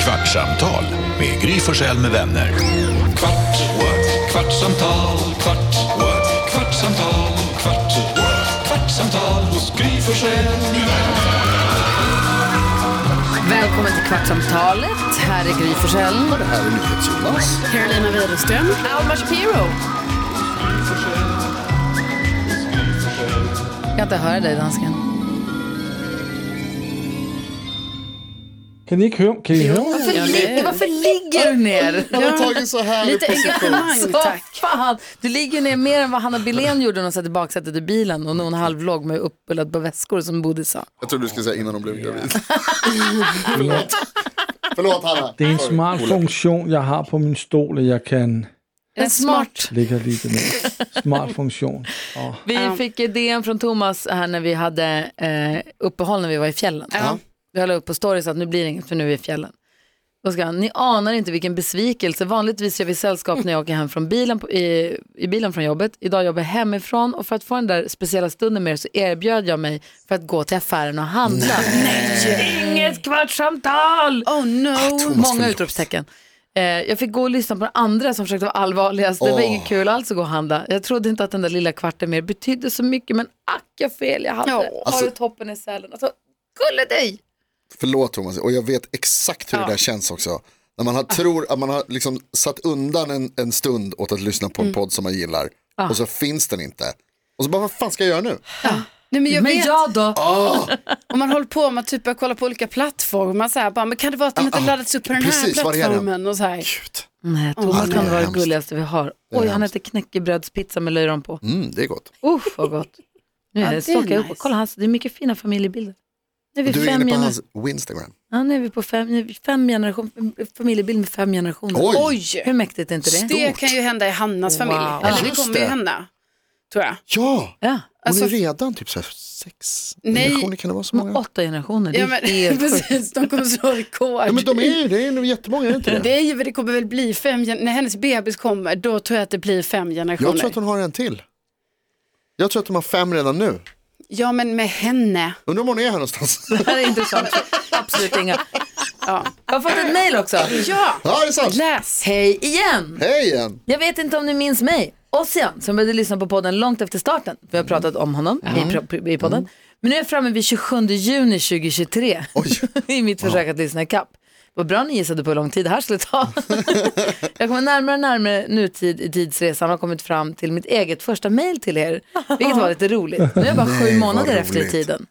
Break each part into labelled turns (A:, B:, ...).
A: Kvartsamtal med Gry Forssell med vänner.
B: Kvart, what? kvartsamtal, kvart, what? kvartsamtal, kvart, what? kvartsamtal hos Gry Forssell med vänner.
C: Välkommen till Kvartsamtalet. Här är Gry Forssell. Och det här är NyhetsJonas. Carolina Widerström. Alma Shapiro. Jag kan inte höra dig, dansken.
D: Kan ni höra? Kan ni höra?
C: Varför, ligger- varför ligger du ner?
E: Han har tagit så här
C: Lite Alltså, engagemang,
E: tack.
C: Fan. Du ligger ner mer än vad Hanna Billén gjorde när hon satt i baksätet i bilen och någon halvlåg med uppbullat på väskor som Bodil sa.
E: Jag trodde du skulle säga innan de blev gravid. Förlåt. Förlåt Hanna.
D: Det är en smart funktion jag har på min stol och jag kan
C: En smart.
D: lägga lite ner. Smart funktion. Ja.
C: Vi fick eh, DM från Thomas här när vi hade eh, uppehåll när vi var i fjällen. Vi höll upp på stories att nu blir det inget för nu är vi i fjällen. Då ska han, ni anar inte vilken besvikelse. Vanligtvis gör vi sällskap när jag åker hem från bilen på, i, i bilen från jobbet. Idag jobbar jag hemifrån och för att få den där speciella stunden med er så erbjöd jag mig för att gå till affären och handla. Inget kvartssamtal!
F: Oh no.
C: Många utropstecken. Eh, jag fick gå och lyssna på den andra som försökte vara allvarligast. Det var
E: Åh.
C: inget kul alls att gå och handla. Jag trodde inte att den där lilla kvarten mer betydde så mycket, men ack jag fel jag hade. Har
E: Alltså-
C: du toppen i sälen? Alltså, gulle dig!
E: Förlåt Thomas, och jag vet exakt hur det där känns också. När man har, tror att man har liksom satt undan en, en stund åt att lyssna på en podd som man gillar och så finns den inte. Och så bara, vad fan ska jag göra nu? Ah,
F: Nej, men jag
C: men
F: vet,
C: jag då?
F: om man håller på med typ börjar kolla på olika plattformar så här, bara, men kan det vara att den inte laddats upp på den här
E: Ah, Precis, var är den?
F: plattformen och så här.
C: Nej, Thomas
E: det
C: kan
E: är
C: vara det
E: hemskt.
C: gulligaste vi har. Oj,
E: är
C: han
E: hemskt.
C: äter knäckebrödspizza med löjrom på.
E: Mm, det är gott.
C: Uff, vad gott. Nu är
F: Ja,
C: det,
F: det är
C: så åker jag upp
F: nice.
C: och kolla, hans, det är mycket fina familjebilder. Nu är vi,
E: Du är
C: fem,
E: inne på
C: gener-
E: hans Instagram.
C: ja, nu är vi på fem, nu är vi fem generation, familjebild med fem generationer.
E: Oj.
C: Hur
F: Oj,
C: mäktigt är inte det?
F: det kan ju hända i Hannas familj.
C: Wow.
F: Eller det
E: Just
F: kommer ju
E: det.
F: hända, tror jag.
E: Ja,
C: Ja.
E: hon
F: Alltså-
E: är redan typ så här sex
F: Nej.
E: generationer, kan det vara så många?
C: Åtta generationer, det är
F: Ja, men,
C: helt sjukt.
F: precis, de kommer slå rekord.
E: Ja, men de är ju, det är ju jättemånga, är det inte
F: Det
E: det?
F: är ju, det kommer väl bli fem, gen- när hennes bebis kommer, då tror jag att det blir fem generationer.
E: Jag tror att hon har en till. Jag tror att de har fem redan nu.
F: Ja, men med henne.
E: Undrar om hon är här någonstans.
C: Det här är intressant. Absolut inga.
F: Ja,
C: Jag har fått ett mejl också.
F: ja
E: Ja, det är sant.
F: läs.
C: Hej igen!
E: Hej igen.
C: Jag vet inte om ni minns mig, Ossian, som började lyssna på podden långt efter starten. Vi har
E: Mm.
C: pratat om honom i, pro- i podden. Men nu är jag framme vid 27 juni 2023
E: Oj.
C: i mitt försök att lyssna ikapp. Vad bra ni gissade på hur lång tid det här skulle ta. jag kommer närmare och närmare nutid i tidsresan och har kommit fram till mitt eget första mejl till er, vilket var lite roligt. Nu är jag bara
E: Nej,
C: sju
E: vad
C: månader efter i
E: roligt.
C: tiden.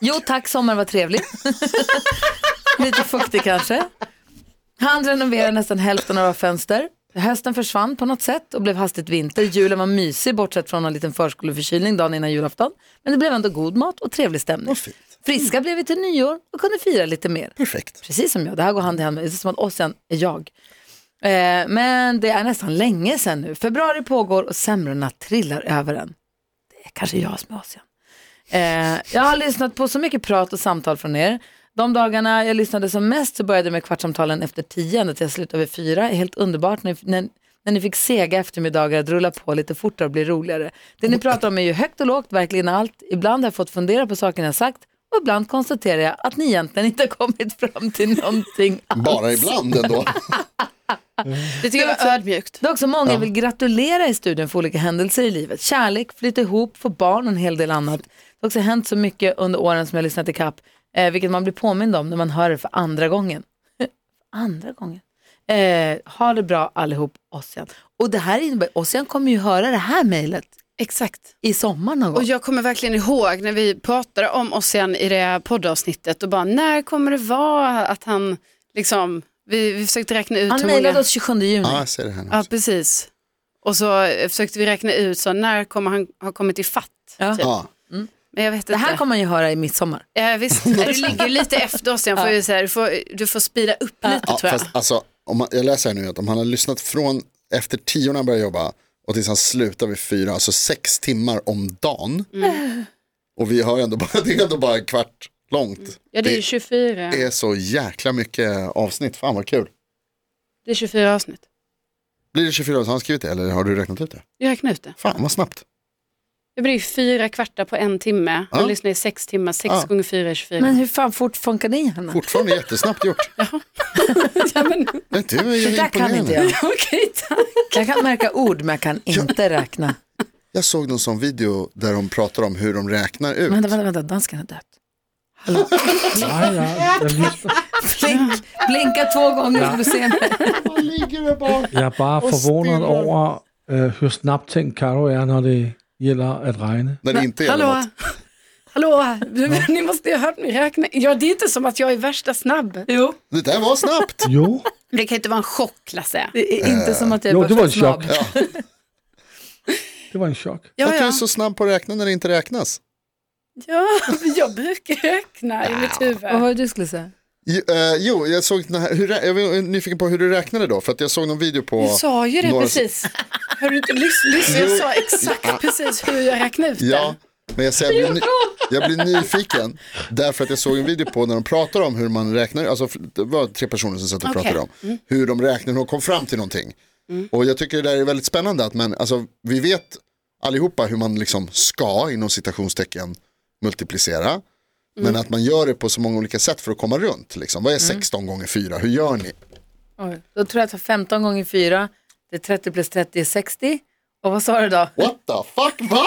C: Jo tack, sommaren var trevlig. Lite fuktig kanske. Han renoverade nästan hälften av våra fönster. Hösten försvann på något sätt och blev hastigt vinter. Julen var mysig bortsett från en liten förskoleförkylning dagen innan julafton. Men det blev ändå god mat och trevlig stämning.
E: fint.
C: Friska blev vi till nyår och kunde fira lite mer.
E: Perfekt.
C: Precis som jag, det här går hand i hand. Det är som att Ossian är jag. Eh, men det är nästan länge sedan nu. Februari pågår och semlorna trillar över en. Det är kanske jag som är Ossian. Eh, jag har lyssnat på så mycket prat och samtal från er. De dagarna jag lyssnade som mest så började jag med kvartsamtalen efter tio ända till jag slutade vid fyra. Det är Helt underbart när, när, när ni fick sega eftermiddagar att rulla på lite fortare och bli roligare. Det ni pratar om är ju högt och lågt, verkligen allt. Ibland har jag fått fundera på saker jag sagt och ibland konstaterar jag att ni egentligen inte har kommit fram till någonting alls.
E: Bara ibland ändå.
F: Det tycker jag var ödmjukt.
C: Det är också många jag vill gratulera i studion för olika händelser i livet. Kärlek, flytta ihop, få barn och en hel del annat. Det har också hänt så mycket under åren som jag har lyssnat i kapp, eh, vilket man blir påmind om när man hör det för andra gången. andra gången. Eh, ha det bra allihop, Ossian. Och det här innebär, Ossian kommer ju höra det här mejlet
F: Exakt.
C: i sommar någon gång.
F: Och jag kommer verkligen ihåg när vi pratade om oss igen i det här poddavsnittet och bara när kommer det vara att han liksom, vi, vi försökte räkna ut
C: Han
F: hur många...
C: mejlade oss 27 juni.
E: Ja, jag ser det här nu.
F: Ja, precis. Och så eh, försökte vi räkna ut så när kommer han ha kommit i fatt?
C: Ja.
E: Ja.
F: Men jag vet inte.
C: Det här kommer man ju höra i midsommar.
F: eh, visst, du ligger ju lite efter oss igen, får jag ju säga. Du får, du får spida upp lite
E: Ja,
F: tror jag.
E: fast, alltså, om man, jag läser här nu att om han har lyssnat från efter tio när han börjar jobba och tills han slutar vid fyra, alltså sex timmar om dagen. Och vi har ändå bara, det är ändå bara en kvart långt.
F: Ja, det är ju 24,
E: Det är så jäkla mycket avsnitt, fan vad kul.
F: det är 24 avsnitt.
E: Blir det 24 år så har han skrivit det eller har du räknat ut det?
F: Jag räknar ut det.
E: Fan vad snabbt.
F: Det blir ju fyra kvartar på en timme.
E: Ja.
F: Man lyssnar i sex timmar, sex
E: Ja.
F: gånger fyra är 24.
C: Men hur fan fort funkar ni Hanna?
E: Fortfarande jättesnabbt gjort.
F: ja, men,
E: Men du är ju
C: Det där kan inte
E: imponerande. Jag.
C: jag.
F: okej, tack.
C: Jag kan märka ord men jag kan inte räkna.
E: såg någon sån video där de pratar om hur de räknar ut.
C: Vänta, vänta, vänta, dansken har dött.
D: Nej, jag, jag, visste,
C: Blink, blinka två gånger så får du se mig.
E: Han ligger där bak.
D: jeg er bare forvånet over, øh, hvor snabt ting Karo er, når det gælder at regne.
E: När det inte gäller
F: Hallå?
E: något.
F: Hallå, ni måste ju ha hört mig räkna. Ja, det är inte som att jag är värsta snabb. Jo.
E: Det där var snabbt.
D: Jo,
F: Men det kan inte vara en chock, Lasse.
C: Det är inte som att jag är
D: jo det var en
C: värsta snabb.
D: chok.
E: Ja.
D: Det var en chok.
F: Ja,
E: Att du är
F: ja.
E: så snabb på att räkna när det inte räknas.
F: ja men jag brukar räkna i mitt huvud.
C: Vad var det du skulle säga?
E: Jo, eh, jo jag, såg den här, hur, rä- jag var nyfiken på hur du räknade då, för att jag såg någon video på...
F: Du sa ju det
E: några-
F: precis. Har du inte lyssnat? Lyssna, jag sa exakt precis hur jag räknade ut
E: Ja,
F: det.
E: men jag, säger, jag, blir ny, jag blir nyfiken därför att jag såg en video på när de pratade om hur man räknar, alltså det var tre personer som satt och
F: Okej.
E: pratade om
C: Mm.
E: hur de räknar och kom fram till någonting. Och jag tycker det där är väldigt spännande att man, alltså, vi vet allihopa hur man liksom ska inom citationstecken multiplicera.
C: Mm.
E: Men att man gör det på så många olika sätt för att komma runt. Liksom. Vad är 16 gånger 4? Hur gör ni?
C: Oj, då tror jag att det var 15 gånger 4, det är 30 plus 30 är 60. Och vad sa du då?
E: What the fuck? Va?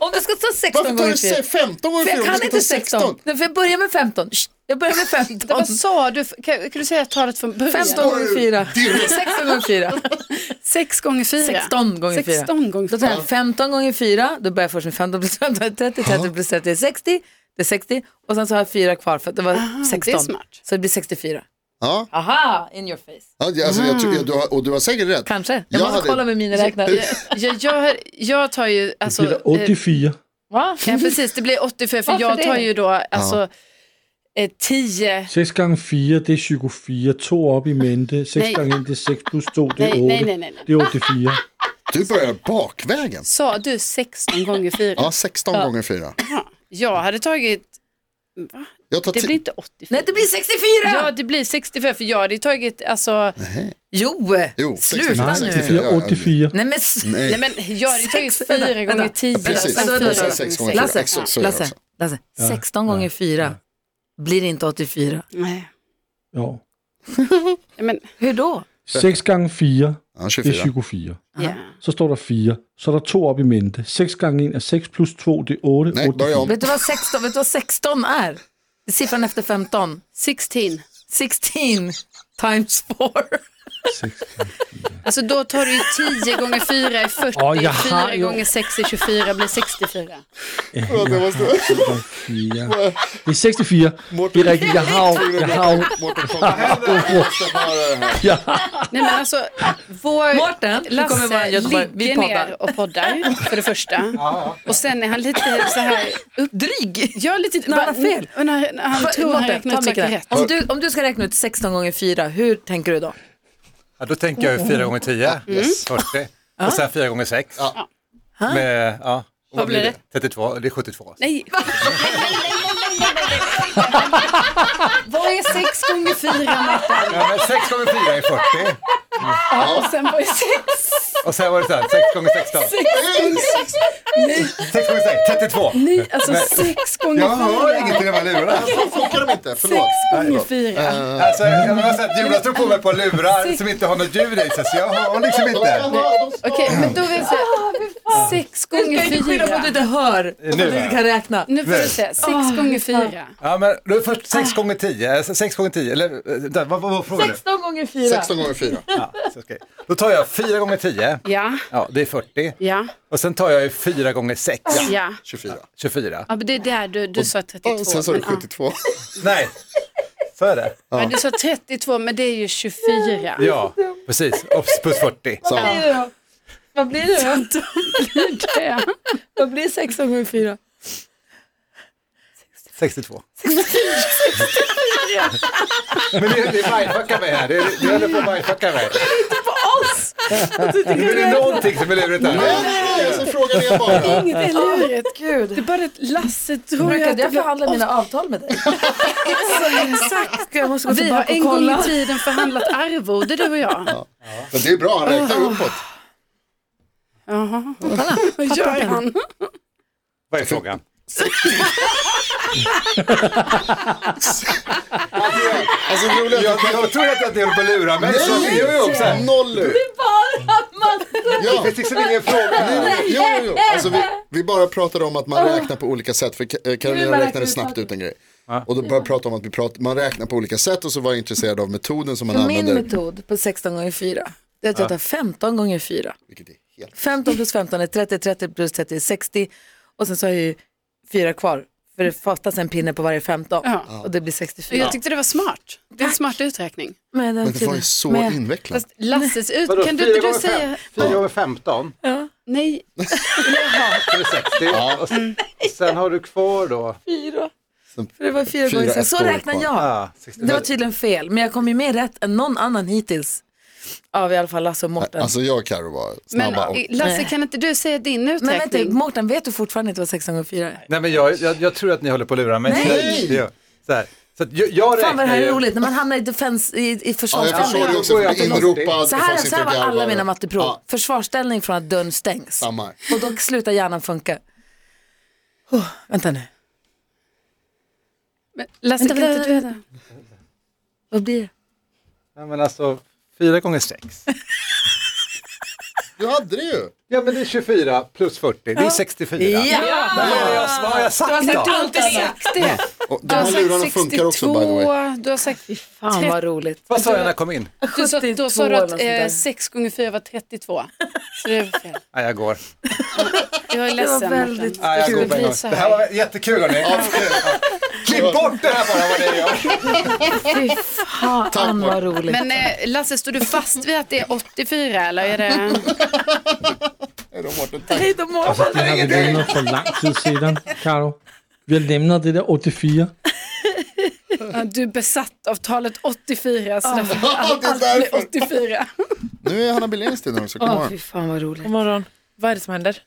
C: Om du ska ta 16
E: Varför tar
C: gånger
E: du
C: 4?
E: se- 15 gånger
C: För
E: 4?
C: jag kan inte 16. Nej, för jag börjar med 15. Shh, Jag börjar med 15.
F: Vad sa du? Kan, kan du säga talet från början?
C: 15 gånger 4. 16 gånger 4.
F: 6 gånger 4.
C: 16 gånger 4.
F: 16 gånger
C: Då tar
F: 4.
C: jag 15 gånger 4, då börjar jag först med 15 plus 15 är 30, 30 plus 30 är 60, det är 60 och sen så har jag 4 kvar för att det var
F: Aha,
C: 16.
F: det är smart.
C: Så det blir 64.
E: Ja.
C: Aha, in your face.
E: Ja, det- alltså, jag tror, jag, du har, och du har säkert rätt.
C: Kanske. Jag,
E: Jag
C: måste
E: hade-
C: kolla med miniräknare.
F: Jag, jag, jag tar ju, alltså,
D: det er 84.
C: Va?
F: eh, ja, precis, det blir 84 för
C: Varför
F: jag tar
C: det?
F: ju då alltså, eh, 10,
D: 6 gange 4, det er 24. 2 op i mente. 6
F: Nej.
D: gange 1, det er 6 plus 2, det er
F: Nej,
D: 8.
F: nej, nej, nej.
D: Det er 84.
E: Du börjar bakvägen.
F: sa du 16 gånger 4?
E: Ja, 16 gånger 4.
F: Jag hade tagit,
E: Jag tar
F: det
E: ti-
F: blir inte 84.
C: Nej, det blir 64!
F: Ja, det blir 64 för jag hade ju tagit, alltså,
C: Jo,
E: Jo,
C: sluta
D: Nej,
E: 64.
C: nu.
D: det er 84.
C: Nej men, s-
E: Nej,
F: nej men jag hade ju tagit
C: Sex, vänta,
F: 4 gånger
C: vänta.
F: 10
E: Precis.
F: och sen
C: Vänta, vänta,
E: Och sen
C: vänta.
E: 6
F: fyra
E: gånger
F: gånger
E: fyra.
C: Lasse,
E: Exakt, så är det
C: Lasse,
E: också.
C: Lasse, 16 gånger 4 blir inte 84.
F: Nej,
D: Jo.
F: men,
C: Hur då?
D: 6 gange 4,
E: Ja,
D: det er
E: 24.
D: 24.
F: ja.
D: Så står der 4. Så er der 2 op i mente. 6 gange 1 er 6 plus 2, det er 8.
E: Nej, börja om.
C: Vet du vad 16, vet du vad 16 är? Det är Siffran efter 15.
F: 16.
C: 16 times 4.
D: 6.
F: Alltså då tar du ju 10 gånger 4 är 40,
D: Ja, jag har
F: 4
D: ju-
F: gånger 6 är 24, blir 64.
E: Ja, det måste...
D: Fire. Det er 64. Det er rigtigt. Jeg har jo- jeg har jo-
E: Mårten, kom här. Måste höra det här.
F: Nej men alltså, vår
C: Mårten, du kommer vara i Göteborg.
F: Lasse
C: Vi
F: ligger
C: poddar.
F: ner och poddar för det första. Och sen är han lite så här, upp,
C: Dryg!
F: jag är lite,
C: När han har fel.
F: Och När, när han tror han
C: Mårten,
F: räknar
C: ta
F: ut saker
C: micken.
F: rätt.
C: Om du, om du ska räkna ut 16 gånger 4, hur tänker du då?
G: Ja, då tänker jag 4 gånger 10, 40. Och sen 4 gånger 6.
E: Ja.
G: Med, ja. Och
F: Vad blir det?
G: 32, det är 72.
F: Nej. Vad är 6 gånger 4 Martin?
G: Ja, men 6 gånger 4 är 40.
F: Och sen vad är 6?
G: Och sen var det så här, 6 gånger 16. 6 gånger 6, 32.
F: Nej, alltså 6 gånger 4.
E: Jag hör ingenting i de här lurarna. Fan, Funkar de inte? Förlåt.
F: gånger 4.
G: Alltså, jag har sett Jonas drog på mig på lurar
F: Sex.
G: som inte har något ljud i sig, så jag hör liksom inte.
F: Okej, men då vill jag säga 6
C: Du
F: gånger
C: kan ju inte skylla på att du
F: 4.
C: inte hör, att du inte kan räkna.
F: Nu får du säga 6 gånger 4.
G: Ja, men då först
F: Ah.
G: 6 gånger 10, 6 gånger 10, eller eh, där, vad, vad, vad frågar du?
C: 16 gånger 4.
E: 16 gånger 4.
G: Ja, så ska jag- då tar jag 4 gånger 10,
F: Ja,
G: ja, det är 40.
F: ja,
G: Och sen tar jag 4 gånger 6,
F: ja.
E: 24.
G: 24.
F: Ja, men det är där du, du sa 32.
E: Och sen sa du
F: men, ja.
E: 72.
G: Nej, så är det.
F: Ja, du sa 32, men det är ju 24.
G: Ja, precis. Och plus 40.
E: Så.
C: Vad blir det då?
F: Ja.
C: Vad blir 16 gånger 4?
G: 62. Men det, det mindfuckar mig här. Det, det håller på att mindfucka mig. Det är någonting som är lurigt här.
E: Nej, så frågade jag bara.
F: Inget är lurigt.
C: Gud.
F: Det är bara det att Lasse tror jag att
C: Brukade
F: det
C: jag
F: blir...
C: förhandla mina avtal med dig? Alltså, Exakt. Jag måste gå
F: Vi har
C: tillbaka
F: en
C: och
F: gång i
C: kolla.
F: tiden förhandlat arvode du och jag.
E: Men det är bra, han räknar uppåt.
F: Jaha,
C: Kolla,
F: vad gör
C: den.
F: han?
G: Vad är frågan?
E: Alltså, det roliga är
G: Jag,
E: att jag-
G: jag tror att jag delar på att lura mig. Så
E: Nej!
G: gör jag också.
E: Noll ur. Ja.
G: Det finns liksom ingen fråga.
E: Nej, Jo, jo, jo. Alltså, vi, vi bara pratade om att man
C: Ah.
E: räknar på olika sätt. För Ka- eh, Carolina räknade snabbt ut en grej. Och då började jag prata om att vi prat, man räknar på olika sätt och så var jag intresserad av metoden som man
C: Min
E: använder.
C: metod på 16 gånger 4 det är att jag tar 15 gånger 4.
E: Vilket är helt...
C: 15 plus 15 är 30, 30 plus 30 är 60 och sen så har jag ju fyra kvar för det fattas en pinne på varje 15
F: Ja.
C: och det blir
F: Och
C: 64.
F: Jag tyckte det var smart. Det är en smart uträkning.
C: Men den
E: Men det var ju
C: tiden-
E: så
C: men-
E: invecklat.
F: Fast Lasses ut, kan du inte du säga?
G: Fyra gånger 15,
F: Nej,
G: så är det 60. Och sen, sen har du kvar då,
C: fyra. För det var fyra
E: Fyra
C: gånger sedan. Så
E: ettor
C: räknar
E: kvar.
C: jag.
G: ah, 60.
C: Det var typ- tydligen fel, men jag kom ju mer rätt än någon annan hittills. Av i alla fall Lasse och Morten.
E: Alltså jag och Carro var
F: men eh,
E: snabba. Och,
F: Lasse kan inte du säga din
C: men vänta,
F: uträkning?
C: Morten vet du fortfarande inte vad 16 gånger 4 är?
G: Nej men jag, jag, jag tror att ni håller på att lura mig.
C: Nej!
G: Det gör- Så här. Så att jag, jag
C: Fan vad det
G: räknar
C: här är
G: ju-
C: roligt, när man hamnar i, defense, i, i
E: ja, jag
C: försvarsställning.
E: förstår det också.
G: Ja,
E: För
G: jag
E: jag
G: förstår.
E: inropad.
C: så
E: det
C: här,
E: fanns
C: så
E: inte
C: här var
E: att garva.
C: alla mina matteprov.
E: Ja,
C: Försvarsställning från att dörren stängs.
E: samma.
C: Och då slutar hjärnan funka. Oh, vänta nu,
F: Men Lasse
C: Vänta,
F: kan inte
C: vänta,
F: du det?
C: vad blir det?
G: Nej, men alltså, fyra gånger sex.
E: Du hade det ju.
G: Ja men det är 24 plus 40, det är 64.
C: Ja!
G: Vad har jag, vad har jag sagt då?
F: Du har inte sagt det.
E: Och de
F: Du har
E: här lurarna
F: sagt
E: funkar också by the way.
F: 62, du har sagt,
C: Fan vad roligt.
G: Vad sa jag när jag kom in?
F: du sa, då sa
C: 72
F: du
C: eller något
F: att
C: sånt där.
F: eh, 6 gånger 4 var 32. Så det var fel.
G: Nej, jag går.
F: Jag är
C: Det var
F: ledsen.
C: väldigt...
F: Morten.
G: Nej, jag
F: Gud,
G: går
F: det
G: på en
F: blir
G: gång.
F: så
G: Det här
F: här.
G: var jättekul hörni. Klipp bort det här bara vad ni gör.
C: Fy fan vad roligt.
F: Men eh, Lasse, står du fast vid att det är 84 eller är det?
E: Nej, de har varit en tanke.
C: Hej då Morten.
D: Det har vi lämnat för lang tid sedan, Karo. Vi har lämnat det där 84.
F: Ja, Du är besatt av talet 84 så därför
E: Ja, det är
F: allt blir
E: därför.
F: 84.
E: Nu är Hanna Billéns tid när hon ska
C: Åh,
E: komma.
C: fy fan vad roligt.
H: God morgon. Vad är det som händer?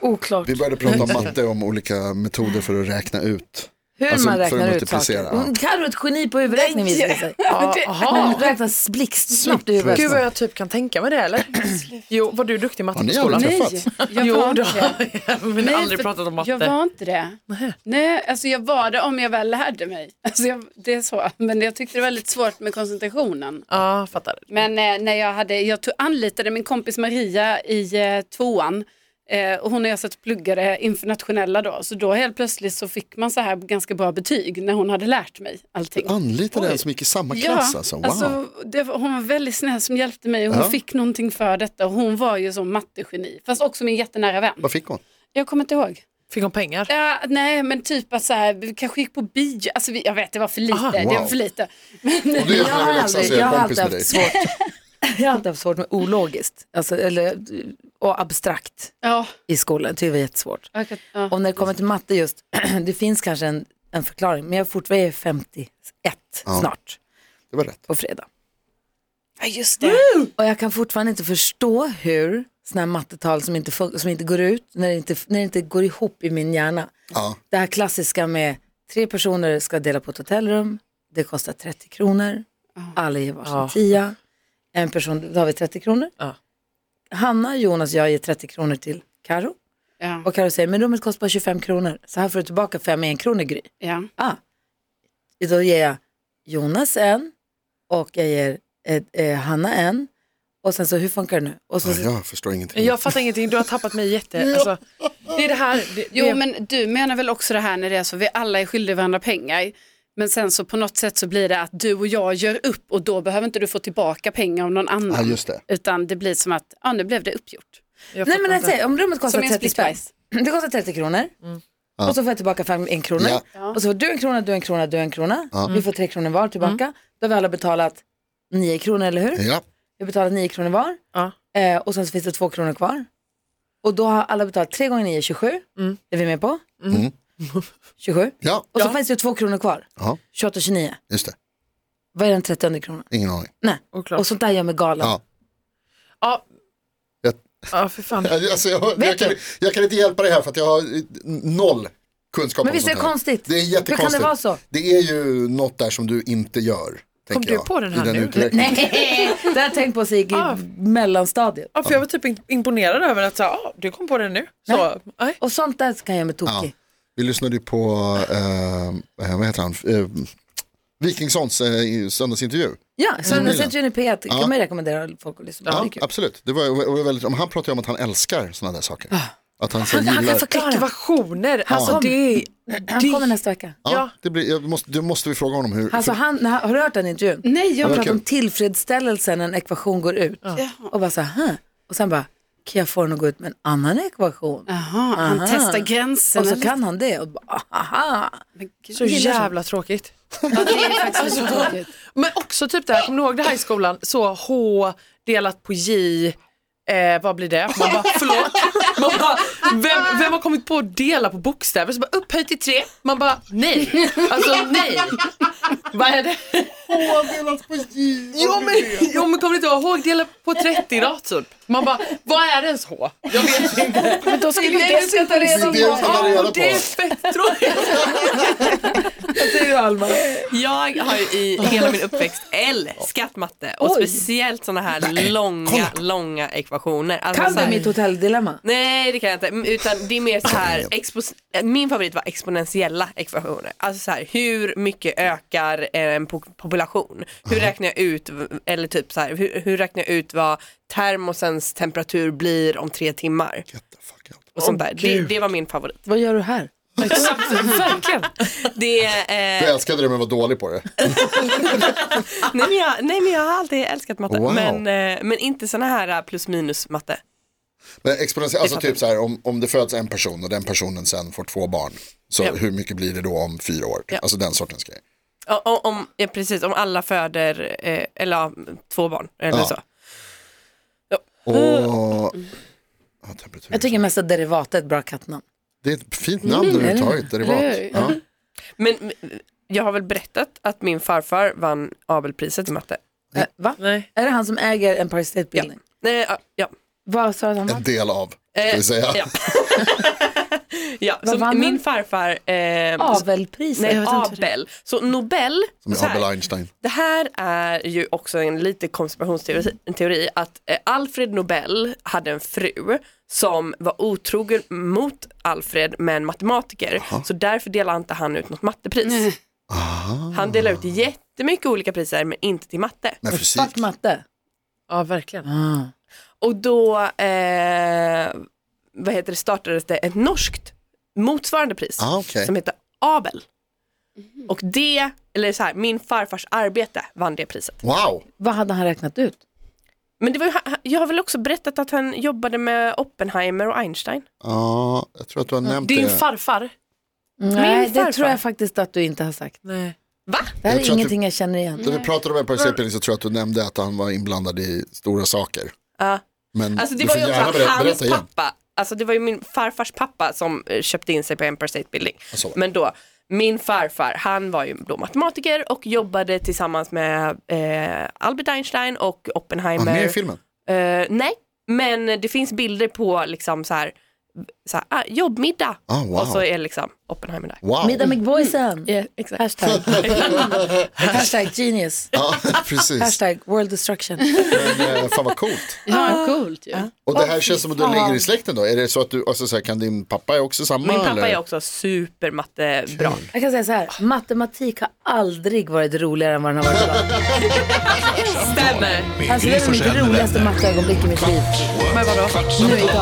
C: Oklart
E: Vi började prata om matte om olika metoder för att räkna ut.
C: hur
E: alltså,
C: man
E: för att
C: räknar ut
E: multiplicera,
C: saker.
E: ja.
C: Hon kan ju Mm, ett geni på huvudräkning visar det sig.
H: Jaha.
C: Hon räknar blixtsnabbt i
H: Gud
C: huvudet.
H: vad jag typ kan tänka mig det eller? Jo, var du duktig i matte
E: Har
H: på
E: ni
H: skolan?
E: aldrig
F: Nej,
E: träffats?
F: jag
H: Jo,
F: var
H: då
F: inte det.
H: har jag men
F: Nej,
H: aldrig
F: för
H: pratat om matte.
F: Jag var inte det. Nej, alltså jag var det om jag väl lärde mig. Alltså jag, det är så. Men jag tyckte det var lite svårt med koncentrationen.
H: Ja, fattar.
F: Men eh, när jag, hade, jag tog, anlitade min kompis Maria i eh, tvåan eh, och hon och jag satt och pluggade internationella då. Så då helt plötsligt så fick man så här ganska bra betyg när hon hade lärt mig allting.
E: Anlitade en som gick i samma klass alltså? Wow.
F: alltså, det var, hon var väldigt snäll som hjälpte mig och hon
E: Ja.
F: fick någonting för detta. Och hon var ju som mattegeni, fast också min jättenära vän.
E: Vad fick hon?
F: Jag kommer inte ihåg.
H: Fick hon pengar?
F: Ja, nej, men typ att så här, vi kanske gick på bio. Alltså, vi, jag vet, det var för lite.
H: Aha,
F: Det var
E: wow.
F: för lite.
E: Och du är
C: Jag
E: från
C: har
E: Leksand
C: aldrig,
E: så jag
C: jag
E: är
C: har
E: kompis
C: alltid
E: med
C: haft
E: dig.
C: svårt, jag har alltid haft svårt med ologiskt alltså, eller, och abstrakt
F: Ja,
C: i skolan. Det var jättesvårt.
F: jag kan- ja.
C: Och när det kommer till matte just, det finns kanske en, en förklaring, men jag är fortfarande 51
E: Ja.
C: snart
E: Det var rätt.
C: på fredag.
F: ja just det.
C: Och jag kan fortfarande inte förstå hur sådana här mattetal som inte, fun- som inte går ut, när det inte, när det inte går ihop i min hjärna.
E: Ja.
C: Det här klassiska med tre personer ska dela på ett hotellrum, det kostar 30 kronor, alla ger varsin
H: Ja.
C: tia, en person, då har vi 30 kronor.
H: Ja.
C: Hanna, Jonas och jag ger 30 kronor till Karo
F: Ja,
C: och Karo säger, men rummet kostar bara 25 kronor, så här får du tillbaka fem en kronor Gry.
F: ja.
C: Ah. Då ger jag Jonas en och jag ger eh, eh, Hanna en. Och sen så, hur funkar det nu? Och så,
E: Ja, jag förstår ingenting.
H: Jag fattar ingenting, du har tappat mig jätte... Alltså, det är det här... Det,
F: Jo,
H: det,
F: men du menar väl också det här när det är så vi alla är skyldiga varandra pengar. Men sen så på något sätt så blir det att du och jag gör upp och då behöver inte du få tillbaka pengar av någon
E: Ja,
F: annan.
E: just det.
F: Utan det blir som att, ja nu blev det uppgjort.
H: jag
C: nej
H: fattar
C: men jag
H: inte.
C: säger, om rummet kostar
F: Som en
C: 30 spänn.
F: splitwise.
C: Det kostar 30 kronor. Och så får jag tillbaka fem en krona.
E: Mm. Ja.
C: Och så får du en krona, du en krona, du en krona.
E: Ja.
C: Vi får tre kronor var tillbaka.
F: Mm.
C: Då har vi alla betalat nio kronor, eller hur?
E: Ja,
C: Vi betalar nio kronor var.
H: Ja.
C: Eh, och sen så finns det två kronor kvar. Och då har alla betalat tre gånger nio, 27.
H: Mm.
C: Är vi med på?
E: Mm.
C: 27.
E: ja,
C: Och så
H: Ja.
C: finns det två kronor kvar.
E: Ja.
C: 28 och 29.
E: just det.
C: Vad är den 30 kronan?
E: Ingen aning.
C: Nej.
H: Oklart.
C: Och sånt där gör mig galen.
E: Ja.
H: Ja.
E: Jag-
H: ja, för fan.
E: Alltså, jag, jag, kan,
C: du?
E: jag kan inte hjälpa dig här för att jag har eh, noll kunskap
C: Men
E: om
C: visst är det
E: sånt här.
C: konstigt?
E: Det är
C: Hur kan
E: jättekonstigt.
C: det vara så?
E: Det är ju något där som du inte gör.
H: Kom
E: tänker
H: du
E: jag,
H: på den här
E: i den
H: nu?
E: utläggningen.
C: Nej, det har jag tänkt på sig i
H: Ah.
C: mellanstadiet.
H: Ja, för jag var typ imponerad över att så, ah, du kom på den nu. Så, nej.
C: Och sånt där kan jag med
E: Ja.
C: tokig.
E: Vi lyssnade ju på, eh, eh, vad heter han, eh, Wikingssons eh, söndagsintervju.
C: Ja, så
E: Mm.
C: mm. Saint Junipet kan
E: Ja.
C: man ju rekommendera folk att lyssna på. Det är kul.
E: absolut. Det var, och- och väldigt, om han pratar ju om att han älskar sådana där saker. Att han, så
C: Han, han kan
E: gillar,
C: förklara.
H: Ekvationer, alltså
C: Kom.
H: det är...
C: Han kommer nästa vecka.
E: ja, det blir, jag måste, då måste vi fråga honom hur,
C: Alltså,
E: för,
C: han, när han- har du hört den intervjun?
F: Nej, jag
C: Han
E: var
C: pratar om
E: kul.
C: tillfredsställelsen när en ekvation går ut. Och bara så här, "Huh." och sen bara, kan jag få den att gå ut med en annan ekvation?
F: Jaha, han
C: Aha.
F: testar gränsen.
C: Och så
F: eller?
C: kan han det. Och bara, aha.
F: Men gud,
H: Så jävla tråkigt.
F: ja, det är faktiskt lite tråkigt.
H: Men också typ det här, kommer ni ihåg det här i skolan? Så H delat på J, eh, vad blir det? Man bara, förlåt. Man bara, vem, vem har kommit på att dela på bokstäver? Så bara, upphöjt till tre. Man bara, nej. Alltså nej. Vad är det? Jo men, jo, men kommer du inte ihåg? H delat på 30 då typ. Man bara, vad är ens H? Jag vet inte.
C: Men då skulle
H: Nej, det ska ta reda
E: Det ska ta reda
H: Ja, det är
E: på.
H: fett tråkigt.
I: Jag har ju i hela min uppväxt älskat matte och
C: Oj.
I: speciellt sådana här långa, långa ekvationer. Alltså
C: Kan
I: så här-
C: du mitt hotelldilemma?
I: Nej det kan jag inte, Mm, utan det är mer så här, expos- eh, min favorit var exponentiella ekvationer. Alltså så här, hur mycket ökar en po- population? Hur räknar jag ut, eller typ så här, hur, hur räknar jag ut vad termosens temperatur blir om tre timmar?
E: Get the fuck out.
I: Och sånt där. Det, det var min favorit.
C: Vad gör du här?
H: Exakt, verkligen.
I: Det, eh,
E: Jag älskade det men var dålig på det.
I: Nej men, jag, nej men jag har alltid älskat matte,
E: Wow.
I: men, eh, men inte såna här eh, plus minus matte.
E: Men exponentiellt, alltså
I: fattar
E: typ så här, om, om det föds en person och den personen sen får två barn, så hur mycket blir det då om fyra år? Alltså den sortens grej.
I: O- o- Om, ja, precis, om alla föder, eh, eller ja, två barn eller
E: Ja.
I: så.
E: Och, ja, temperatur.
C: Jag tycker mest att derivat är ett bra kattnamn.
E: Det är ett fint namn överhuvudtaget, derivat.
F: Eller hur?
E: Ja.
I: Men men, jag har väl berättat att min farfar vann Abelpriset i matte.
C: Äh, va?
H: Nej.
C: Är det han som äger Empire State Building?
I: Nej, ja, ja.
C: Vad sa du att han var?
E: En del av,
I: Eh,
E: ska vi säga.
I: ja. ja.
C: Vad vann
I: Så
C: han?
I: min farfar, eh,
C: Avelpriset?
I: nej,
C: Jag vet inte.
I: Abel. Så Nobel,
E: Som är
I: så här,
E: Abel Einstein.
I: Det här är ju också en lite konspirationsteori en teori, att eh, Alfred Nobel hade en fru som var otrogen mot Alfred med en matematiker. Så därför delar inte han ut något mattepris.
E: Ah,
I: Han delar ut jättemycket olika priser men inte till matte.
E: Nej, fysik.
C: Svart matte?
H: Ja, verkligen.
C: Ah.
I: Och då eh, vad heter det, startades det ett norskt motsvarande pris
E: Ah, okej.
I: som heter Abel. Och det, eller så här, min farfars arbete vann det priset.
E: Wow,
C: Vad hade han räknat ut?
I: Men det var ju, han- jag har väl också berättat att han jobbade med Oppenheimer och Einstein.
E: ja, Ah, jag tror att du har nämnt
H: Din
E: det.
H: farfar?
C: Nej, det
I: farfar.
C: tror jag faktiskt att du inte har sagt.
H: Nej.
I: Va?
C: Det här
E: Jag
C: är
E: tror att
C: ingenting jag känner igen.
E: När vi pratade om Empire State Building så tror jag att du nämnde att han var inblandad i stora saker.
I: Ja.
E: Men
I: Alltså det
E: du
I: var
E: får
I: ju också
E: gärna berätta,
I: hans
E: berätta igen.
I: pappa, alltså det var ju min farfars pappa som eh, köpte in sig på Empire State Building.
E: så var det.
I: Men då, min farfar, han var ju då matematiker och jobbade tillsammans med eh, Albert Einstein
E: Han
I: och
E: är med i
I: Oppenheimer.
E: filmen.
I: Eh, nej, men det finns bilder på liksom så här, så här ah, jobbmiddag
E: Ah, wow.
I: och så är liksom Oppenheimer där.
E: Wow,
C: Middag med boysen.
I: Ja, exakt.
C: Hashtag. Hashtag genius.
E: ja, precis.
C: Hashtag world destruction.
E: Men, eh, fan vad coolt.
F: Ja, coolt ju.
E: Och det här känns som att du ligger i släkten då? Är det så att du, alltså, så här, kan din pappa är också samma?
I: Min pappa
E: eller?
I: är också supermattebra.
C: Jag kan säga så här, matematik har aldrig varit roligare än vad den har varit idag.
I: Stämmer.
A: Med
C: Alltså det
A: Gry Forssell med
C: är mitt roligaste
A: vänner.
C: matteögonblick i mitt liv.
H: Men vadå?
C: Nu idag.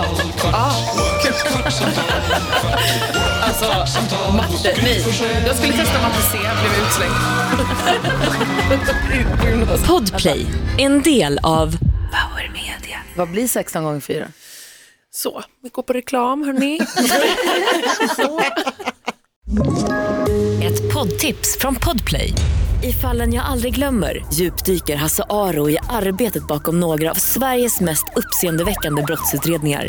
H: Matte? Nej. Jag skulle testa matte C, blev utslängd.
J: Podplay, en del av Power Media.
C: Vad blir 16 gånger 4?
H: Så, vi går på reklam hörni.
J: Ett poddtips från Podplay. I fallen jag aldrig glömmer djupdyker Hasse Aro i arbetet bakom några av Sveriges mest uppseendeväckande brottsutredningar.